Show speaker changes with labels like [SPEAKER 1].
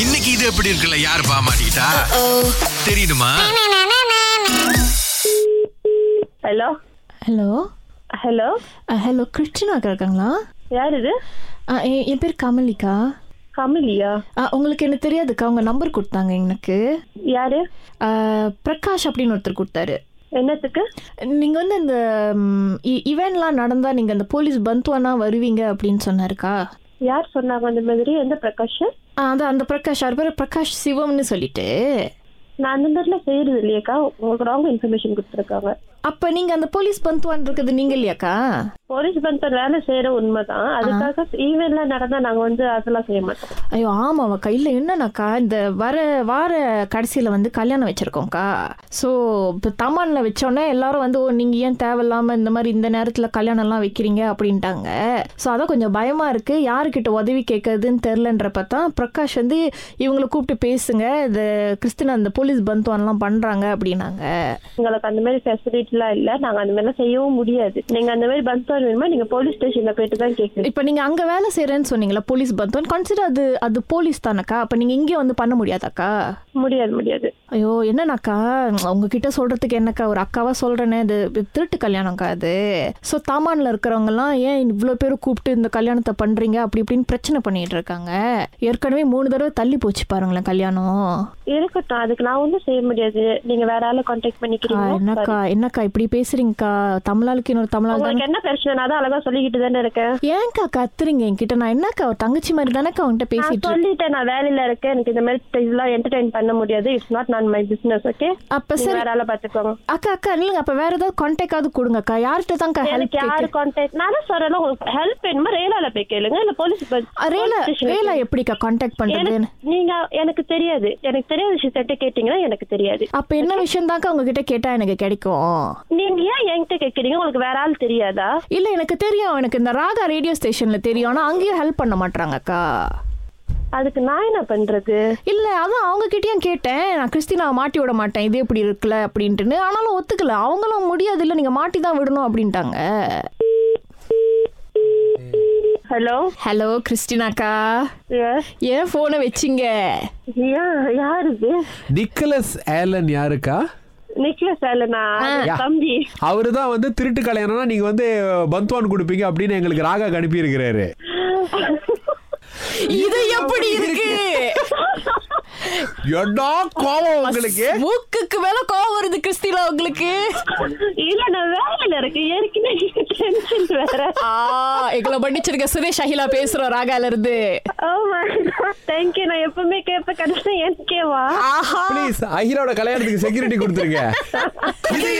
[SPEAKER 1] இன்னைக்கு இது எப்படி இருக்குல்ல யார் பாமாட்டா தெரியுமா
[SPEAKER 2] hello
[SPEAKER 3] hello
[SPEAKER 2] hello
[SPEAKER 3] hello Christina இருக்காங்களா
[SPEAKER 2] யார் இது
[SPEAKER 3] ஆ, Uh, எ- என் பேர் கமலிகா
[SPEAKER 2] கமலியா
[SPEAKER 3] ஆ, உங்களுக்கு என்ன தெரியாதுக்கா உங்கள் நம்பர் கொடுத்தாங்க எனக்கு
[SPEAKER 2] யாரு
[SPEAKER 3] ஆ, பிரகாஷ் அப்படின்னு ஒருத்தர் கொடுத்தாரு
[SPEAKER 2] என்னத்துக்கு
[SPEAKER 3] நீங்கள் வந்து இந்த இவெண்ட்லாம் நடந்தால் நீங்கள் அந்த போலீஸ் பந்துவானா வருவீங்க அப்படின்னு சொன்னாருக்கா
[SPEAKER 2] யார் சொன்னாங்க அந்த மாதிரி எந்த பிரகாஷ்
[SPEAKER 3] ஆ, அதான் அந்த பிரகாஷ் அவர் பேர் பிரகாஷ் சிவம்னு சொல்லிட்டு
[SPEAKER 2] நான் அந்த மாதிரிலாம் செய்யறது இல்லையேக்கா உங்களுக்கு ராங் இன்ஃபர்மேஷன் கொடுத்துருக்காங்க
[SPEAKER 3] அப்போ நீங்கள் அந்த போலீஸ் பந்துவான் இருக்கிறது நீங்கள் இல்லையாக்கா
[SPEAKER 2] போலீஸ் பந்தர் வேலை செய்யற உண்மைதான் அதுக்காக ஈவெண்ட்லாம் நடந்தா நாங்க வந்து அதெல்லாம் செய்ய மாட்டோம்
[SPEAKER 3] ஐயோ ஆமாவா கையில் என்னன்னாக்கா இந்த வர வார கடைசியில் வந்து கல்யாணம் வச்சுருக்கோம்க்கா ஸோ இப்போ தமானில் வச்சோன்னே எல்லாரும் வந்து ஓ நீங்கள் ஏன் தேவையில்லாமல் இந்த மாதிரி இந்த நேரத்தில் கல்யாணம்லாம் வைக்கிறீங்க அப்படின்ட்டாங்க ஸோ அதான் கொஞ்சம் பயமாக இருக்குது யாருக்கிட்ட உதவி கேட்கறதுன்னு தெரிலன்றப்ப தான் பிரகாஷ் வந்து இவங்களை கூப்பிட்டு பேசுங்க இந்த கிறிஸ்தின் அந்த போலீஸ் பந்துவான்லாம் பண்ணுறாங்க அப்படின்னாங்க
[SPEAKER 2] உங்களுக்கு அந்த மாதிரி ஃபெசிலிட்டிலாம் இல்ல நாங்க அந்த மாதிரிலாம் செய்யவும் முடியாது நீங்க அந்த மாதிரி பந்தர் வேணுமா நீங்க போலீஸ் ஸ்டேஷன்ல போயிட்டு தான் கேட்கணும்
[SPEAKER 3] இப்போ நீங்கள் அங்கே வேலை செய்கிறேன்னு சொன்னீங்களா போலீஸ் பந்துவான் கன்சிடர் அது அது போலீஸ் தானக்கா அப்போ நீங்கள் இங்கே வந்து பண்ண முடியாதாக்கா
[SPEAKER 2] முடியாது முடியாது
[SPEAKER 3] ஐயோ என்னன்னாக்கா உங்ககிட்ட சொல்றதுக்கு என்னக்கா ஒரு அக்காவா சொல்றேனே இது இது திருட்டு கல்யாணம்க்கா அது ஸோ தாமான்ல இருக்கிறவங்கலாம் ஏன் இவ்வளோ பேர் கூப்பிட்டு இந்த கல்யாணத்தை பண்றீங்க அப்படி இப்படின்னு பிரச்சனை பண்ணிட்டு இருக்காங்க ஏற்கனவே மூணு தடவை தள்ளி போச்சு பாருங்களேன் கல்யாணம்
[SPEAKER 2] இருக்கட்டும் அதுக்கு நான் ஒன்றும் செய்ய முடியாது நீங்க வேற ஆளை கான்டாக்ட்
[SPEAKER 3] ஆ,
[SPEAKER 2] பண்ணிக்கிறீங்க
[SPEAKER 3] என்னக்கா என்னக்கா இப்படி பேசுறீங்கக்கா தமிழாளுக்கு இன்னொரு தமிழாள் தானே
[SPEAKER 2] உங்களுக்கு என்ன பிரச்சனைனா தான் அழகா சொல்லிக்கிட்டு தானே இருக்கேன்
[SPEAKER 3] ஏன்க்கா கத்துறீங்க என்கிட்ட நான் என்னக்கா ஒரு தங்கச்சி மாதிரி தானக்கா உன்கிட்ட பேசிட்டு
[SPEAKER 2] நான்
[SPEAKER 3] இருக்கேன்?
[SPEAKER 2] சொல்லிட்டேன் நான் வேலையில இருக்கேன் எனக்கு இந்த மாதிரி இதெல்லாம் என்டர்டைன் பண்ண முடியாது இட்ஸ் நாட் நான் மை பிசினஸ் ஓகே
[SPEAKER 3] அப்ப சரி
[SPEAKER 2] வேற ஆளை பாத்துக்கோங்க
[SPEAKER 3] அக்கா அக்கா இல்லைங்க அப்ப வேற ஏதாவது கான்டாக்டாவது கொடுங்கக்கா யார்கிட்ட தான்க்கா ஹெல்ப்
[SPEAKER 2] எனக்கு யாரு கான்டாக்ட் நான் தான் சொல்றேன் உங்களுக்கு ஹெல்ப் வேணுமா ரேலால போய் கேளுங்க இல்ல போலீஸ்
[SPEAKER 3] ரேலா ரேலா எப்படிக்கா கான்டாக்ட் பண்றதுன்னு
[SPEAKER 2] எனக்கு நீங்க எனக்கு தெரியாது எனக்கு தெரியாத விஷயத்த கேட்டீங்கன்னா எனக்கு தெரியாது
[SPEAKER 3] அப்ப என்ன விஷயம் தாக்கா உங்ககிட்ட கேட்டா எனக்கு கிடைக்கும்
[SPEAKER 2] நீங்க ஏன் என்கிட்ட கேக்குறீங்க உங்களுக்கு வேற ஆள் தெரியாதா
[SPEAKER 3] இல்ல எனக்கு தெரியும் எனக்கு இந்த ராகா ரேடியோ ஸ்டேஷன்ல தெரியும் ஆனா அங்கேயும் ஹெல்ப் பண்ண மாட்றாங்கக்கா
[SPEAKER 2] அதுக்கு நான் என்ன பண்றது
[SPEAKER 3] இல்ல அதான் அவங்க கிட்டயும் கேட்டேன் நான் கிறிஸ்டினாவை மாட்டி விட மாட்டேன் இது எப்படி இருக்குல்ல அப்படின்ட்டுன்னு ஆனாலும் ஒத்துக்கல அவங்களும் முடியாது இல்ல நீங்க மாட்டி தான் விடணும் அப்படின்ட்டாங்க
[SPEAKER 2] ஹலோ
[SPEAKER 3] ஹலோ கிறிஸ்டினாக்கா
[SPEAKER 2] எஸ்
[SPEAKER 3] ஏன் போனை வச்சிங்க
[SPEAKER 2] ஏன் யாரு இது
[SPEAKER 4] நிக்கலஸ் ஏலன் யாருக்கா
[SPEAKER 2] நிக்லஸ் அல்லனா தம்பி
[SPEAKER 4] அவரு தான் வந்து திருட்டு கல்யாணம்னா நீங்க வந்து பந்த்வான் கொடுப்பீங்க அப்படின்னு எங்களுக்கு ராகா அனுப்பி இருக்கிறாரு
[SPEAKER 3] இது எப்படி இருக்கு
[SPEAKER 4] எடா கோவம் உங்களுக்கு
[SPEAKER 3] மூக்குக்கு மேல கோவம் வருது கிறிஸ்டினா உங்களுக்கு
[SPEAKER 2] இல்ல நான் வேலையில இருக்கேன் ஏற்கனவே டென்ஷன் வேற
[SPEAKER 3] ஆ, எங்களை பண்ணிச்சிருக்க சுரேஷ் அகிலா பேசுறோம் ராகால இருந்து
[SPEAKER 2] Oh தேங்க்யூ நான் எப்பவுமே கேட்ப கடைசி எனக்கேவா
[SPEAKER 3] ஆஹா
[SPEAKER 4] ப்ளீஸ் அஹிரோட கல்யாணத்துக்கு செக்யூரிட்டி கொடுத்துருங்க இது